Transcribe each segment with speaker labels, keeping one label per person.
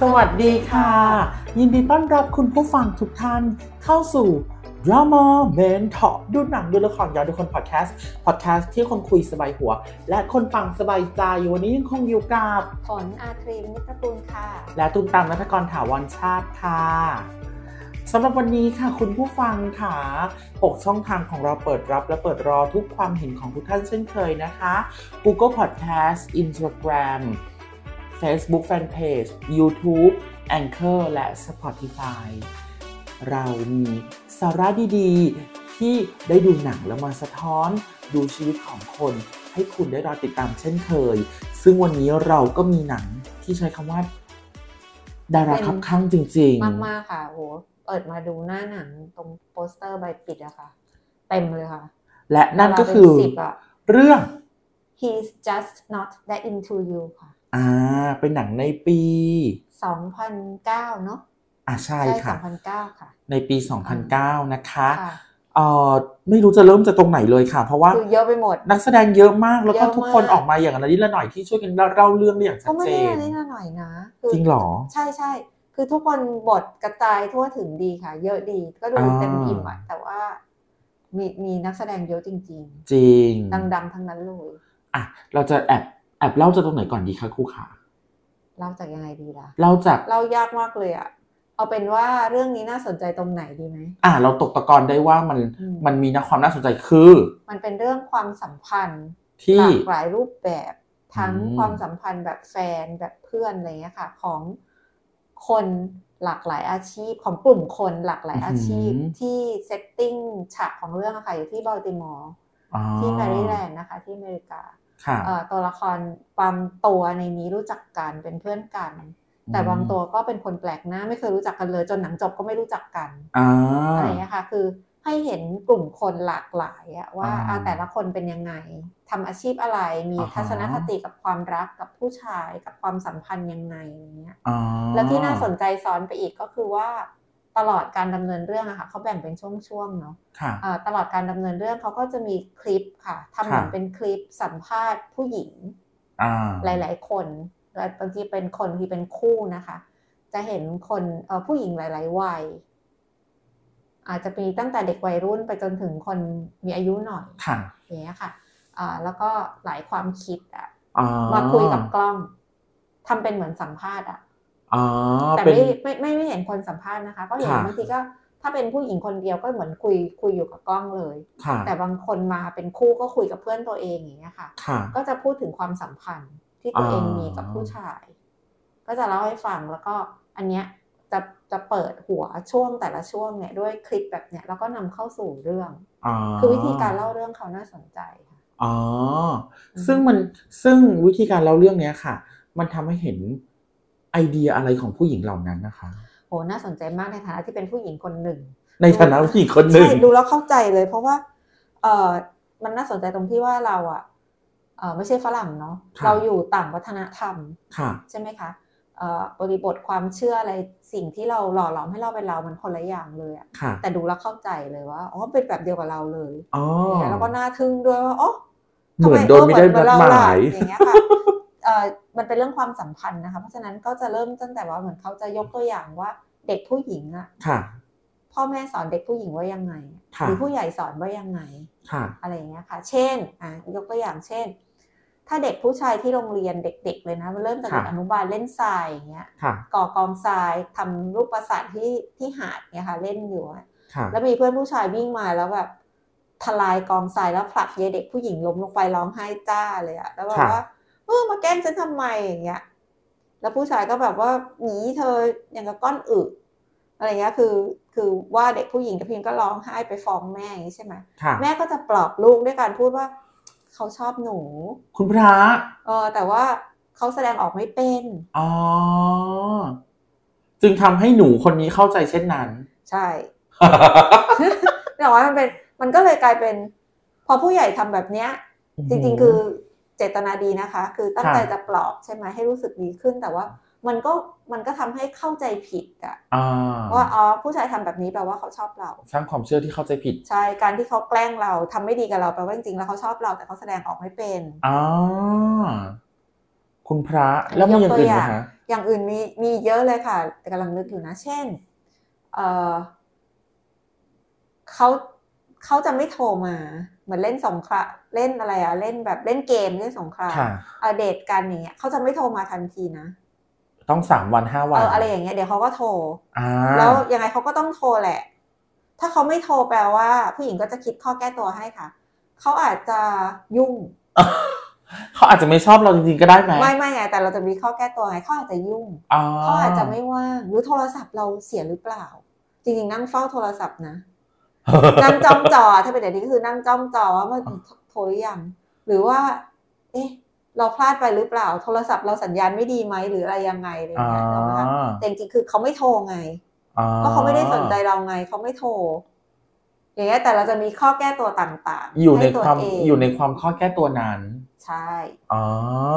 Speaker 1: สวัสดีค่ะ ยินดีต้อนรับคุณผู้ฟังทุกท่านเข้าสู่ Drama Mentor ดูหนังดูละครย้อนดูคนพอดแคสต์พอดแคสต์ที่คนคุยสบายหัว และคนฟังสบายใจวันนี้ยังคงอยู่กับ
Speaker 2: ฝนอาครีมนิตรกูลค่ะ
Speaker 1: และตุ้มตามนัฐกรถาวรชาติค่ะสำหรับวันนี้ค่ะคุณผู้ฟังค่ะปกช่องทางของเราเปิดรับและเปิดรอทุกความเห็นของทุกท่านเช่นเคยนะคะ Google Podcast Instagram Facebook Fanpage YouTube Anchor และ Spotify เรามีสาระดีๆ ที่ได้ดูหนังแล้วมาสะท้อนดูชีวิตของคน ให้คุณได้รอติดตามเช่นเคย ซึ่งวันนี้เราก็มีหนังที่ใช้คำว่า ดาราคับข้างจริง
Speaker 2: มากมากๆค่ะโหเปิดมาดูหน้าหนังตรงโปสเตอร์ใบปิดอะค่ะ เต็มเลยค่ะ
Speaker 1: ๆ และนั่นก็คือ
Speaker 2: ดาราเป็นสิบอะ
Speaker 1: เรื่อง
Speaker 2: he's just not that into you ค่ะ
Speaker 1: อ่า เป็นหนังในปี
Speaker 2: 2009 เนอะ
Speaker 1: อ่าใช่ค่ะ
Speaker 2: 2009 ค่ะ
Speaker 1: ในปี 2009 นะคะ
Speaker 2: ค่ะ
Speaker 1: เอ่อไม่รู้จะเริ่มจากตรงไหนเลยค่ะ เพราะว่า
Speaker 2: คือเยอะไปหมด
Speaker 1: นักแสดงเยอะมากแล้วก็
Speaker 2: เยอะมาก
Speaker 1: ทุกคนออกมาอย่างนั้นนิดละหน่อยที่ช่วยกันเล่าเรื่องได้อย่างชั
Speaker 2: ก็
Speaker 1: ด
Speaker 2: ไม่
Speaker 1: เจ
Speaker 2: ได้
Speaker 1: น
Speaker 2: อะไรนิดหน่อยนะคื
Speaker 1: จริงเหรอ
Speaker 2: ใช่ใช่คือทุกคนบทกระจายทั่วถึงดีค่ะ เยอะดีก็ดู
Speaker 1: อ่า
Speaker 2: เต็มอิ่มอะแต่ว่า มีมีนักแสดงเยอะจริง
Speaker 1: จริง
Speaker 2: ๆ ดังๆทั้งนั้นเลย
Speaker 1: อ่ะเราจะแอบแอบเล่าจากตรงไหนก่อนดีคะครูขา
Speaker 2: เล่าจากยังไงดีล่ะ
Speaker 1: เล่าจาก
Speaker 2: เล่ายากมากเลยอะเอาเป็นว่าเรื่องนี้น่าสนใจตรงไหนดีไหม
Speaker 1: อ่ะเราตกตะกอนได้ว่ามัน
Speaker 2: อื
Speaker 1: มันมีนะความน่าสนใจคือ
Speaker 2: มันเป็นเรื่องความสัมพันธ์ห
Speaker 1: ที่
Speaker 2: ลากหลายรูปแบบ ทั้ง
Speaker 1: อืม
Speaker 2: ความสัมพันธ์แบบแฟนแบบเพื่อนอะไรเงี้ยค่ะ ของคนหลากหลายอาชีพของกลุ่มคนหลากหลายอาชีพที่เซตติ้งฉากของเรื่องอะค่ะอยู่ที่บอลติมอร์
Speaker 1: อ๋อ
Speaker 2: ที่แมริแลนด์นะคะ ที่อเมริกา
Speaker 1: ค่ะ
Speaker 2: เอ่อตัวละครบางตัวในนี้รู้จักกันเป็นเพื่อนกัน แต่บางตัวก็เป็นคนแปลกหน้าไม่เคยรู้จักกันเลย จนหนังจบก็ไม่รู้จักกัน
Speaker 1: อ่า
Speaker 2: อะไรอย่างเงี้ยค่ะคือให้เห็นกลุ่มคนหลากหลายอะว่า
Speaker 1: อ่า
Speaker 2: อ่ะแต่ละคนเป็นยังไงทำอาชีพอะไรมี
Speaker 1: อ่าฮะ
Speaker 2: ทัศนคติกับความรักกับผู้ชายกับความสัมพันธ์ยังไงอย่างเงี้ย
Speaker 1: อ๋อ
Speaker 2: แล้วที่น่าสนใจซ้อนไปอีกก็คือว่าตลอดการดำเนินเรื่องอะค่ะเขาแบ่งเป็นช่วงๆเนาะ
Speaker 1: ค่ะ
Speaker 2: อ่าตลอดการดำเนินเรื่องเขาก็จะมีคลิปค่ะทำเหมือน
Speaker 1: ค่ะ
Speaker 2: เป็นคลิปสัมภาษณ์ผู้หญิง
Speaker 1: อ่า
Speaker 2: หลาย ๆ คนและบางทีเป็นคนที่เป็นคู่นะคะ จะเห็นคนเอ่อผู้หญิงหลาย ๆ วัย อาจจะมีตั้งแต่เด็กวัยรุ่นไปจนถึงคนมีอายุหน่อย
Speaker 1: ค่ะ
Speaker 2: อย่างเงี้ยค่ะอ่าแล้วก็หลายความคิดอะ
Speaker 1: อ๋อ
Speaker 2: มาคุยกับกล้องทำเป็นเหมือนสัมภาษณ์อะ
Speaker 1: อ๋อ
Speaker 2: แต่
Speaker 1: เป็น
Speaker 2: ไม่ไม่ไม่ไม่เห็นคนสัมภาษณ์นะคะ ก็เห็น
Speaker 1: ค่ะ
Speaker 2: บางทีก็ ถ้าเป็นผู้หญิงคนเดียวก็เหมือนคุยคุยอยู่กับกล้องเลย
Speaker 1: ค่ะ
Speaker 2: แต่บางคนมาเป็นคู่ก็คุยกับเพื่อนตัวเองอย่างเงี้ยค่ะ
Speaker 1: ค่ะ
Speaker 2: ก็จะพูดถึงความสัมพันธ์ที่ตัวเอง
Speaker 1: อ่ามี
Speaker 2: มีกับผู้ชาย ก็จะเล่าให้ฟังแล้วก็อันเนี้ยจะจะเปิดหัวช่วงแต่ละช่วงเนี่ยด้วยคลิปแบบเนี้ยแล้วก็นำเข้าสู่เรื่อง
Speaker 1: อ๋อ
Speaker 2: คือวิธีการเล่าเรื่องเขาน่าสนใจค่ะ
Speaker 1: อ๋ออ
Speaker 2: ม
Speaker 1: ซึ่งมันซึ่งวิธีการเล่าเรื่องเนี้ยค่ะ มันทำให้เห็นไอเดียอะไรของผู้หญิงเหล่านั้นนะคะ
Speaker 2: โหน่าสนใจมากในฐานะที่เป็นผู้หญิงคนหนึ่ง
Speaker 1: ในฐานะผู้หญิงคนหนึ่ง
Speaker 2: ใช่ดูแล้วเข้าใจเลย เพราะว่าเออมันน่าสนใจตรงที่ว่าเราอะเออไม่ใช่ฝรั่งเนาะเราอยู่ต่างวัฒนธรรม
Speaker 1: ค่ะ
Speaker 2: ใช่ไหมคะเอ่อบริบทความเชื่ออะไรสิ่งที่เราหล่อหลอมให้เราเป็นเรามันคนละอย่างเลยอะ
Speaker 1: ค่ะ
Speaker 2: แต่ดูแล้วเข้าใจเลยว่าอ๋อเป็นแบบเดียวกับเราเลย
Speaker 1: อ๋อ
Speaker 2: อย่างเงี้ยแล้วก็น่าทึ่งด้วยว่าอ๋อ
Speaker 1: เหมือนโดนไม่ได้นัดหมาย
Speaker 2: อย่างเงี้ยค่ะ เอ่อมันเป็นเรื่องความสัมพันธ์นะคะ เพราะฉะนั้นก็จะเริ่มตั้งแต่ว่าเหมือนเขาจะยกตัวอย่างว่าเด็กผู้หญิงอะ
Speaker 1: ค่ะ
Speaker 2: พ่อแม่สอนเด็กผู้หญิงว่ายังไง
Speaker 1: ค่ะ
Speaker 2: หรือผู้ใหญ่สอนว่ายังไง
Speaker 1: ค่ะ
Speaker 2: อะไรอย่างเงี้ยค่ะ เช่นอ่ะยกตัวอย่างเช่น ถ้าเด็กผู้ชายที่โรงเรียนเด็ก ๆ เลยนะเริ่มจากเด็ก
Speaker 1: ค่ะ
Speaker 2: อนุบาลเล่นทรายอย่างเงี้ย
Speaker 1: ค่ะ
Speaker 2: ก่อกองทรายทำรูปปราสาทที่ที่หาดเนี่ยค่ะเล่นอยู่อะ
Speaker 1: ค่ะ
Speaker 2: แล้วมีเพื่อนผู้ชายวิ่งมาแล้วแบบทลายกองทรายแล้วผลักยายเด็กผู้หญิงล้มลงไปร้องไห้จ้าเลยอะแล้วแบบว่าเออมาแกล้งฉันทำไมอย่างเงี้ย แล้วผู้ชายก็แบบว่าหนีเธออย่างกับก้อนอึอะไรเงี้ยคือ คือว่าเด็กผู้หญิงแต่เพียงก็ร้องไห้ไปฟ้องแม่อย่างงี้ใช่ไหม
Speaker 1: ค่ะ
Speaker 2: แม่ก็จะปลอบลูกด้วยการพูดว่า เขาชอบหนู
Speaker 1: คุณพระ
Speaker 2: เออแต่ว่าเขาแสดงออกไม่เป็น
Speaker 1: อ๋อจึงทำให้หนูคนนี้เข้าใจเช่นนั้น
Speaker 2: ใช่ แต่ว่ามันเป็นมันก็เลยกลายเป็น พอผู้ใหญ่ทำแบบเนี้ย จริงๆ คือเจตนาดีนะคะ คือตั้งใจ
Speaker 1: ค่ะ
Speaker 2: จะปลอบใช่ไหมให้รู้สึกดีขึ้นแต่ว่ามันก็มันก็ทำให้เข้าใจผิดอะ
Speaker 1: อ่า
Speaker 2: ว่าอ๋อผู้ชายทำแบบนี้แปลว่าเขาชอบเรา
Speaker 1: สร้างความเชื่อที่เข้าใจผิด
Speaker 2: ใช่การที่เขาแกล้งเราทำไม่ดีกับเราแปลว่าจริงๆแล้วเขาชอบเราแต่เขาแสดงออกไม่เป็น
Speaker 1: อ๋อคุณพระแล้วมีอย่างอื่นไหมคะ
Speaker 2: อย่างอื่นมีมีเยอะเลยค่ะ แต่กำลังนึกอยู่นะ เช่นเอ่อเขาเขาจะไม่โทรมา เหมือนเล่นสงครามเล่นอะไรอะเล่นแบบเล่นเกมเล่นสงคราม
Speaker 1: ค่ะ
Speaker 2: เอ่อเดทกันอย่างเงี้ยเขาจะไม่โทรมาทันทีนะ
Speaker 1: ต้องสามวันห้าวั
Speaker 2: เอน ออะไรอย่างเงี้ยเดี๋ยวเขาก็โทร
Speaker 1: อ่า
Speaker 2: แล้วยังไงเขาก็ต้องโทรแหละ ถ้าเขาไม่โทรแปลว่า ผู้หญิงก็จะคิดข้อแก้ตัวให้ค่ะ เขาอาจจะยุ่ง
Speaker 1: เขาอาจจะไม่ชอบเราจริงๆก็ได้ไหม
Speaker 2: ไม่ไม่ไง แต่เราจะมีข้อแก้ตัวไงเขาอาจจะยุ่ง
Speaker 1: อ๋อ
Speaker 2: เขาอาจจะ ไม่ว่าง หรือโทรศัพท์เราเสียหรือเปล่า จริงๆนั่งเฝ้าโทรศัพท์นะ นั่งจ้องจอ ถ้าเป็นเดี๋ยวนี้ก็คือนั่งจ้องจอว่ามันโทรหรือยัง หรือว่า เอ๊ะ เราพลาดไปหรือเปล่า โทรศัพท์เราสัญญาณไม่ดีไหมหรืออะไรยังไงอะไรอ
Speaker 1: อ๋อง
Speaker 2: ย่าเงี้ยนะคะแต่จริงๆคือเขาไม่โทรไง
Speaker 1: อ๋อ
Speaker 2: ก็เขาไม่ได้สนใจเราไงเขาไม่โทร อย่างเงี้ยแต่เราจะมีข้อแก้ตัวต่างๆ
Speaker 1: อยู่ใน
Speaker 2: ห้ตัว
Speaker 1: ความ
Speaker 2: เง
Speaker 1: อยู่ในความข้อแก้ตัวนั้น
Speaker 2: ใช่
Speaker 1: อ๋อ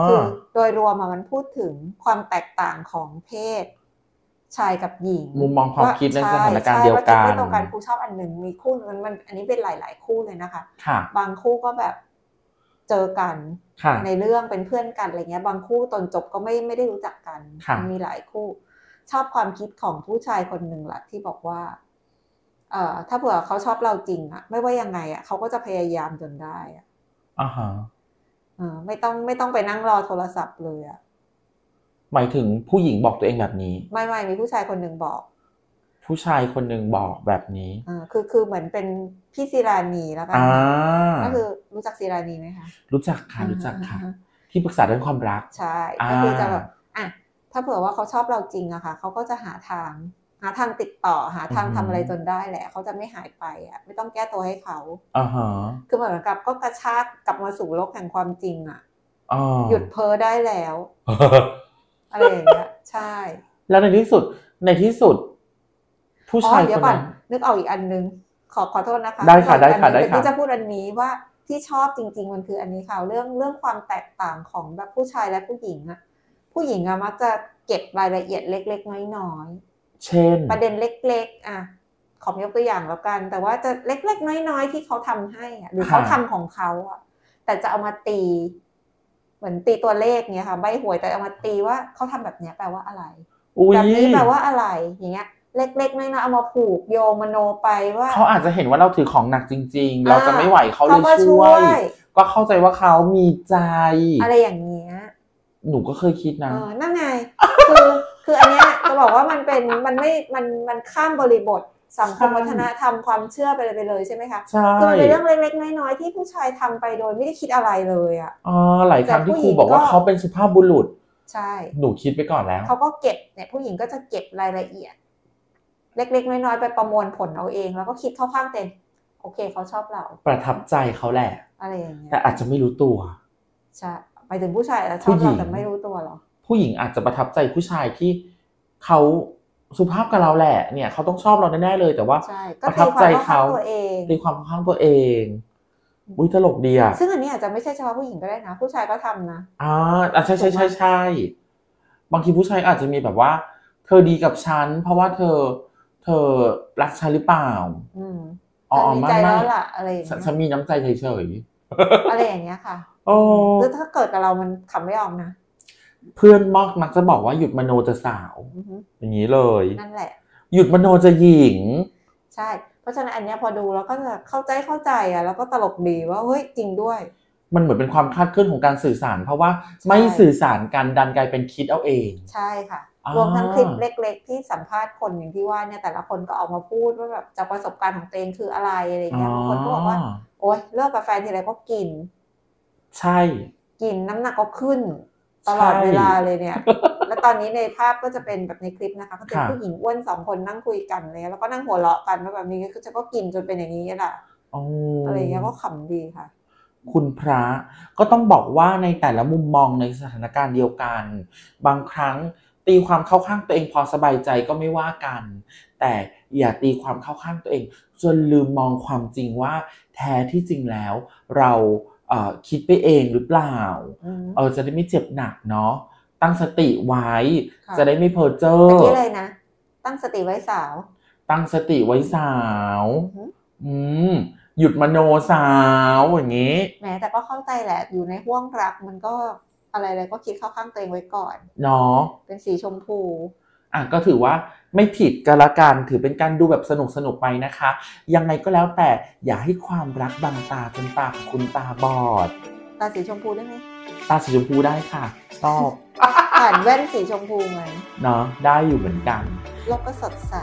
Speaker 2: คือโดยรวมอะมันพูดถึงความแตกต่างของเพศ ชายกับหญิง
Speaker 1: มุมมองความคิดในสถานการณ์
Speaker 2: ใช่
Speaker 1: เดียว
Speaker 2: ใช่
Speaker 1: กัน
Speaker 2: ว่าคิดไม่ตรงกันครูชอบอันหนึ่งมีคู่มันมัน อันนี้เป็นหลาย ๆ คู่เลยนะคะ
Speaker 1: ค่ะ
Speaker 2: บางคู่ก็แบบเจอกัน
Speaker 1: ค่ะ
Speaker 2: ในเรื่องเป็นเพื่อนกันอะไรเงี้ย บางคู่ตอนจบก็ไม่ไม่ได้รู้จักกัน
Speaker 1: ค่ะ
Speaker 2: มันมีหลายคู่ ชอบความคิดของผู้ชายคนหนึ่งแหละที่บอกว่า เอ่อ ถ้าเผื่อเขาชอบเราจริงอะไม่ว่ายังไงอะเขาก็จะพยายามจนได้อะ
Speaker 1: อ่าฮะ
Speaker 2: เออไม่ต้องไม่ต้องไปนั่งรอโทรศัพท์เลยอะ
Speaker 1: หมายถึงผู้หญิงบอกตัวเองแบบนี้
Speaker 2: ไม่ไม่มีผู้ชายคนหนึ่งบอก
Speaker 1: ผู้ชายคนหนึ่งบอกแบบนี้
Speaker 2: เออคือคือเหมือนเป็นพี่ศิรานีแล้วกัน
Speaker 1: อ่า
Speaker 2: ก็คือรู้จักศิรานีไหมคะ
Speaker 1: รู้จักค่ะรู้จักค่ะ
Speaker 2: อ่า
Speaker 1: ที่ปรึกษาเรื่องความรัก
Speaker 2: ใช่
Speaker 1: อ่า
Speaker 2: ก็คือจะแบบอ่ะถ้าเผื่อว่าเขาชอบเราจริงอะค่ะเขาก็จะหาทาง หาทางติดต่อหาทางทำอะไรจนได้แหละเขาจะไม่หายไปอะไม่ต้องแก้ตัวให้เขา
Speaker 1: อ่าฮะ
Speaker 2: คือเหมือนกับก็กระชากกลับมาสู่โลกแห่งความจริงอะ
Speaker 1: อ๋อ
Speaker 2: หยุดเพ้อได้แล้ว อะไรอย่างเงี้ยใช่
Speaker 1: แล้วในที่สุดในที่สุด ผู้
Speaker 2: อ๋
Speaker 1: ชาย
Speaker 2: อ
Speaker 1: ค
Speaker 2: เดี๋ยวน ก่อน
Speaker 1: นั้น
Speaker 2: นึกเอาอีกอันนึง ขอขอโทษนะคะ
Speaker 1: ได้ค่ะ
Speaker 2: นึกเอาอีกอัน
Speaker 1: ได้ค่ะได้
Speaker 2: นึง
Speaker 1: ค่ะ
Speaker 2: แต่ที่จะพูดอันนี้ว่าที่ชอบจริง ๆ มันคืออันนี้ค่ะเรื่องเรื่องความแตกต่างของแบบผู้ชายและผู้หญิงอะผู้หญิงอะมักจะเก็บรายละเอียดเล็ก ๆ น้อยๆ
Speaker 1: เช่น
Speaker 2: ประเด็นเล็กๆ อ่ะ ขอยกตัวอย่างแล้วกัน แต่ว่าจะเล็กๆ น้อยๆ ที่เขาทำให้อ่ะหรือ
Speaker 1: ค่ะ
Speaker 2: เขาทำของเขาอ่ะ แต่จะเอามาตี เหมือนตีตัวเลขเนี้ยค่ะ ใบหวยแต่เอามาตีว่าเขาทำแบบเนี้ยแปลว่าอะไร
Speaker 1: อุ้ย
Speaker 2: แบบนี้แปลว่าอะไร อย่างเงี้ย เล็กๆ น้อยๆ เอามาผูกโยงมโนไปว่า
Speaker 1: เขาอาจจะเห็นว่าเราถือของหนักจริง ๆ เราจะไม่ไหวเขาเล
Speaker 2: เขามาย
Speaker 1: ช่
Speaker 2: ช่
Speaker 1: ว
Speaker 2: วย ย
Speaker 1: ก็เข้าใจว่าเขามีใจ
Speaker 2: อะไรอย่างเงี้ย
Speaker 1: หนูก็เคยคิดนะ
Speaker 2: เออนั่นไง คือ คืออันเนี้ยจะบอกว่ามันเป็น มันไม่ มัน มันข้ามบริบท สังคม
Speaker 1: ใช่
Speaker 2: วัฒนธรรมความเชื่อไปเลยไปเลยใช่ไหมคะ
Speaker 1: ใช่
Speaker 2: คือมันเป็นเรื่องเล็กๆ น้อยๆ ที่ผู้ชายทำไปโดยไม่ได้คิดอะไรเลยอ่ะ
Speaker 1: อ๋อหลายครั้งที่
Speaker 2: แต่ผู้
Speaker 1: ค
Speaker 2: หญิ
Speaker 1: รู
Speaker 2: ง
Speaker 1: บอกว่า
Speaker 2: ก็
Speaker 1: เขาเป็นสุภาพบุรุษ
Speaker 2: ใช่
Speaker 1: หนูคิดไปก่อนแล้ว
Speaker 2: เขาก็เก็บเนี่ยผู้หญิงก็จะเก็บรายละเอียด เล็กๆ น้อยๆ ไปประมวลผลเอาเอง แล้วก็คิดเข้าข้างเต็มโอเคเขาชอบเรา
Speaker 1: ประทับใจเขาแหละ
Speaker 2: อะไรอย่างเงี้ย
Speaker 1: แต่อาจจะไม่รู้ตัว
Speaker 2: ใช่หมายถึงผู้ชายอาจจะชอบ
Speaker 1: ผู้หญิ
Speaker 2: เรา
Speaker 1: ง
Speaker 2: แต่ไม่รู้ตัวเหรอ
Speaker 1: ผู้หญิงอาจจะประทับใจผู้ชายที่เขาสุภาพกับเราแหละ เนี่ยเขาต้องชอบเราแน่ๆเลย แต่ว่า
Speaker 2: ใช่ก็
Speaker 1: ประทั
Speaker 2: ตี
Speaker 1: บ
Speaker 2: ควา
Speaker 1: ใจ
Speaker 2: มเข้าข้า
Speaker 1: เขา
Speaker 2: งตัวเอง
Speaker 1: ตีความข้างตัวเองอุ้ยตลกดีอ่ะ
Speaker 2: ซึ่งอันนี้อาจจะไม่ใช่เฉพาะผู้หญิงก็ได้นะ ผู้ชายก็ทำนะ
Speaker 1: อ่าอ่ะใช่ใช่ใช่ใช่บางทีผู้ชายอาจจะมีแบบว่า เธอดีกับฉัน เพราะว่าเธอ เธอรักฉันหรือเปล่า
Speaker 2: อืม
Speaker 1: อ๋อ
Speaker 2: แต่มี
Speaker 1: ไม่
Speaker 2: ใจ
Speaker 1: ไม่
Speaker 2: แล้วล่ะอะไรอย่าง
Speaker 1: ฉัน
Speaker 2: เงี้
Speaker 1: ฉัน
Speaker 2: ย
Speaker 1: มีน้ำใจเฉย
Speaker 2: อะไรอย่างเงี้ยค่ะ
Speaker 1: ๆโอ้
Speaker 2: แล้วถ้าเกิดกับเรามันขำไม่ออกนะ
Speaker 1: เพื่อนมอกมักจะบอกว่าหยุดมโนจะสาว
Speaker 2: อือฮึ
Speaker 1: อย่างนี้เลย
Speaker 2: นั่นแหละ
Speaker 1: หยุดมโนจะหญิง
Speaker 2: ใช่ เพราะฉะนั้นอันเนี้ยพอดูแล้วก็จะเข้าใจเข้าใจอ่ะแล้วก็ตลกดีว่าเฮ้ยจริงด้วย
Speaker 1: มันเหมือนเป็นความคลาดเคลื่อนของการสื่อสาร เพราะว่าไม่สื่อสารกันดันกลายเป็นคิดเอาเอง
Speaker 2: ใช่ค่ะ
Speaker 1: อ่าร ร
Speaker 2: วมทั้งคลิปเล็ก ๆ ที่สัมภาษณ์คนอย่างที่ว่าเนี่ยแต่ละคนก็ออกมาพูดว่าแบบจากประสบการณ์ของตัวเองคืออะไรอะไรเงี้ยบางคนก็บอกว่า
Speaker 1: อ
Speaker 2: โอ๊ยเลิกกับแฟนทีไรก็กิน
Speaker 1: ใช่
Speaker 2: กินน้ำหนักก็ขึ้น ตลอดเวลา
Speaker 1: ใช่
Speaker 2: เลยเนี่ย แล้วตอนนี้ในภาพก็จะเป็นแบบในคลิปนะคะ ก็เป็น
Speaker 1: ค่ะ
Speaker 2: ผู้หญิงอ้วนสองคนนั่งคุยกันเลย แล้วก็นั่งหัวเราะกันว่าแบบนี้ก็จะก็กินจนเป็นอย่างนี้แหละ
Speaker 1: โอ้
Speaker 2: อะไรเงี้ยก็ขำดีค่ะ
Speaker 1: คุณพระก็ต้องบอกว่าในแต่ละมุมมองในสถานการณ์เดียวกัน บางครั้งตีความเข้าข้างตัวเองพอสบายใจก็ไม่ว่ากัน แต่อย่าตีความเข้าข้างตัวเอง จนลืมมองความจริงว่า แท้ที่จริงแล้ว เราเอ่อคิดไปเองหรือเปล่า
Speaker 2: อืม
Speaker 1: เออจะได้ไม่เจ็บหนักเนาะตั้งสติไว้
Speaker 2: ค่ะ
Speaker 1: จะได้ไม่เพ้อเจ้อ
Speaker 2: เมื่อกี้เลยนะ ตั้งสติไว้สาว
Speaker 1: ตั้งสติไว้สาว
Speaker 2: อือหือ
Speaker 1: อืมหยุดมโนสาวอย่างนี้
Speaker 2: แหมแต่ก็เข้าใจแหละอยู่ในห่วงรักมันก็อ อะไรอะไรก็คิดเข้าข้างตัวเองไว้ก่อน
Speaker 1: เนาะ
Speaker 2: เป็นสีชมพู
Speaker 1: อ่ะก็ถือว่าไม่ผิดก็ละกันถือเป็นการดูแบบสนุกสนุกๆไปนะคะ ยังไงก็แล้วแต่อย่าให้ความรักบังตาจนตาของคุณตาบอด
Speaker 2: ตาสีชมพูได้ไหม
Speaker 1: ตาสีชมพูได้ค่ะชอบ
Speaker 2: ผ่านแว่นสีชมพูไหม
Speaker 1: เนาะได้อยู่เหมือนกัน
Speaker 2: โลกก็สดใส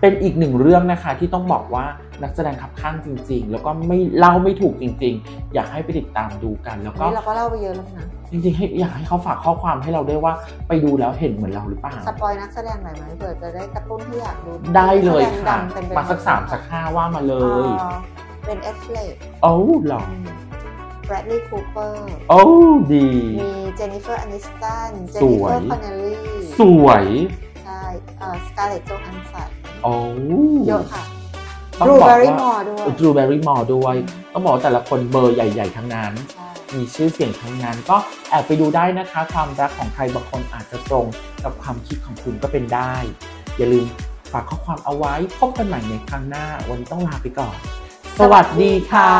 Speaker 1: เป็นอีกหนึ่งเรื่องนะคะที่ต้องบอกว่านักแสดงขับข้างจริง ๆ แล้วก็ไม่เล่าไม่ถูกจริง ๆ อยากให้ไปติดตามดูกัน แล้วก็
Speaker 2: นี่เราก็เล่าไปเยอะแล้วนะ
Speaker 1: จริงๆให้อยากให้เขาฝากข้อความให้เราด้วยว่าไปดูแล้วเห็นเหมือนเราหรือเปล่า
Speaker 2: สปอยนักแสดงหน่อยไหมเผื่อจะได้กระตุ้นที่อยากดู
Speaker 1: ได้เลย
Speaker 2: นักแสดง
Speaker 1: ค่ะ
Speaker 2: ดังเต็ไปหด
Speaker 1: มาสักสามสักห้าว่ามาเล
Speaker 2: เอ่
Speaker 1: ย
Speaker 2: อเป็นเอฟเฟก
Speaker 1: โอ้หรอ
Speaker 2: แบรดลีย์คูเปอร์
Speaker 1: โอ้ดี
Speaker 2: มีเจนนิเฟอร์อนิสตัน เจน
Speaker 1: ส
Speaker 2: นิ
Speaker 1: ว
Speaker 2: เฟอย ร์คอนเนลลี่
Speaker 1: สวย
Speaker 2: ใช่เอ่อสกาเลตโจฮันสัน
Speaker 1: โอ้
Speaker 2: เยอะค่ะ
Speaker 1: ต้อง
Speaker 2: รู
Speaker 1: บอก
Speaker 2: เบอรี่มอ
Speaker 1: ว่า
Speaker 2: ร์ด้วย
Speaker 1: ดูแบริมอร์ด้วยต้องบอกว่าแต่ละคนเบอร์ใหญ่ ๆ ทั้งนั้น
Speaker 2: ใช่
Speaker 1: มีชื่อเสียงทั้งนั้นก็แอบไปดูได้นะคะ ความรักของใครบางคนอาจจะตรงกับความคิดของคุณก็เป็นได้ อย่าลืมฝากข้อความเอาไว้พบกันใหม่ในครั้งหน้า วันนี้ต้องลาไปก่อน สวัสดีค่ะ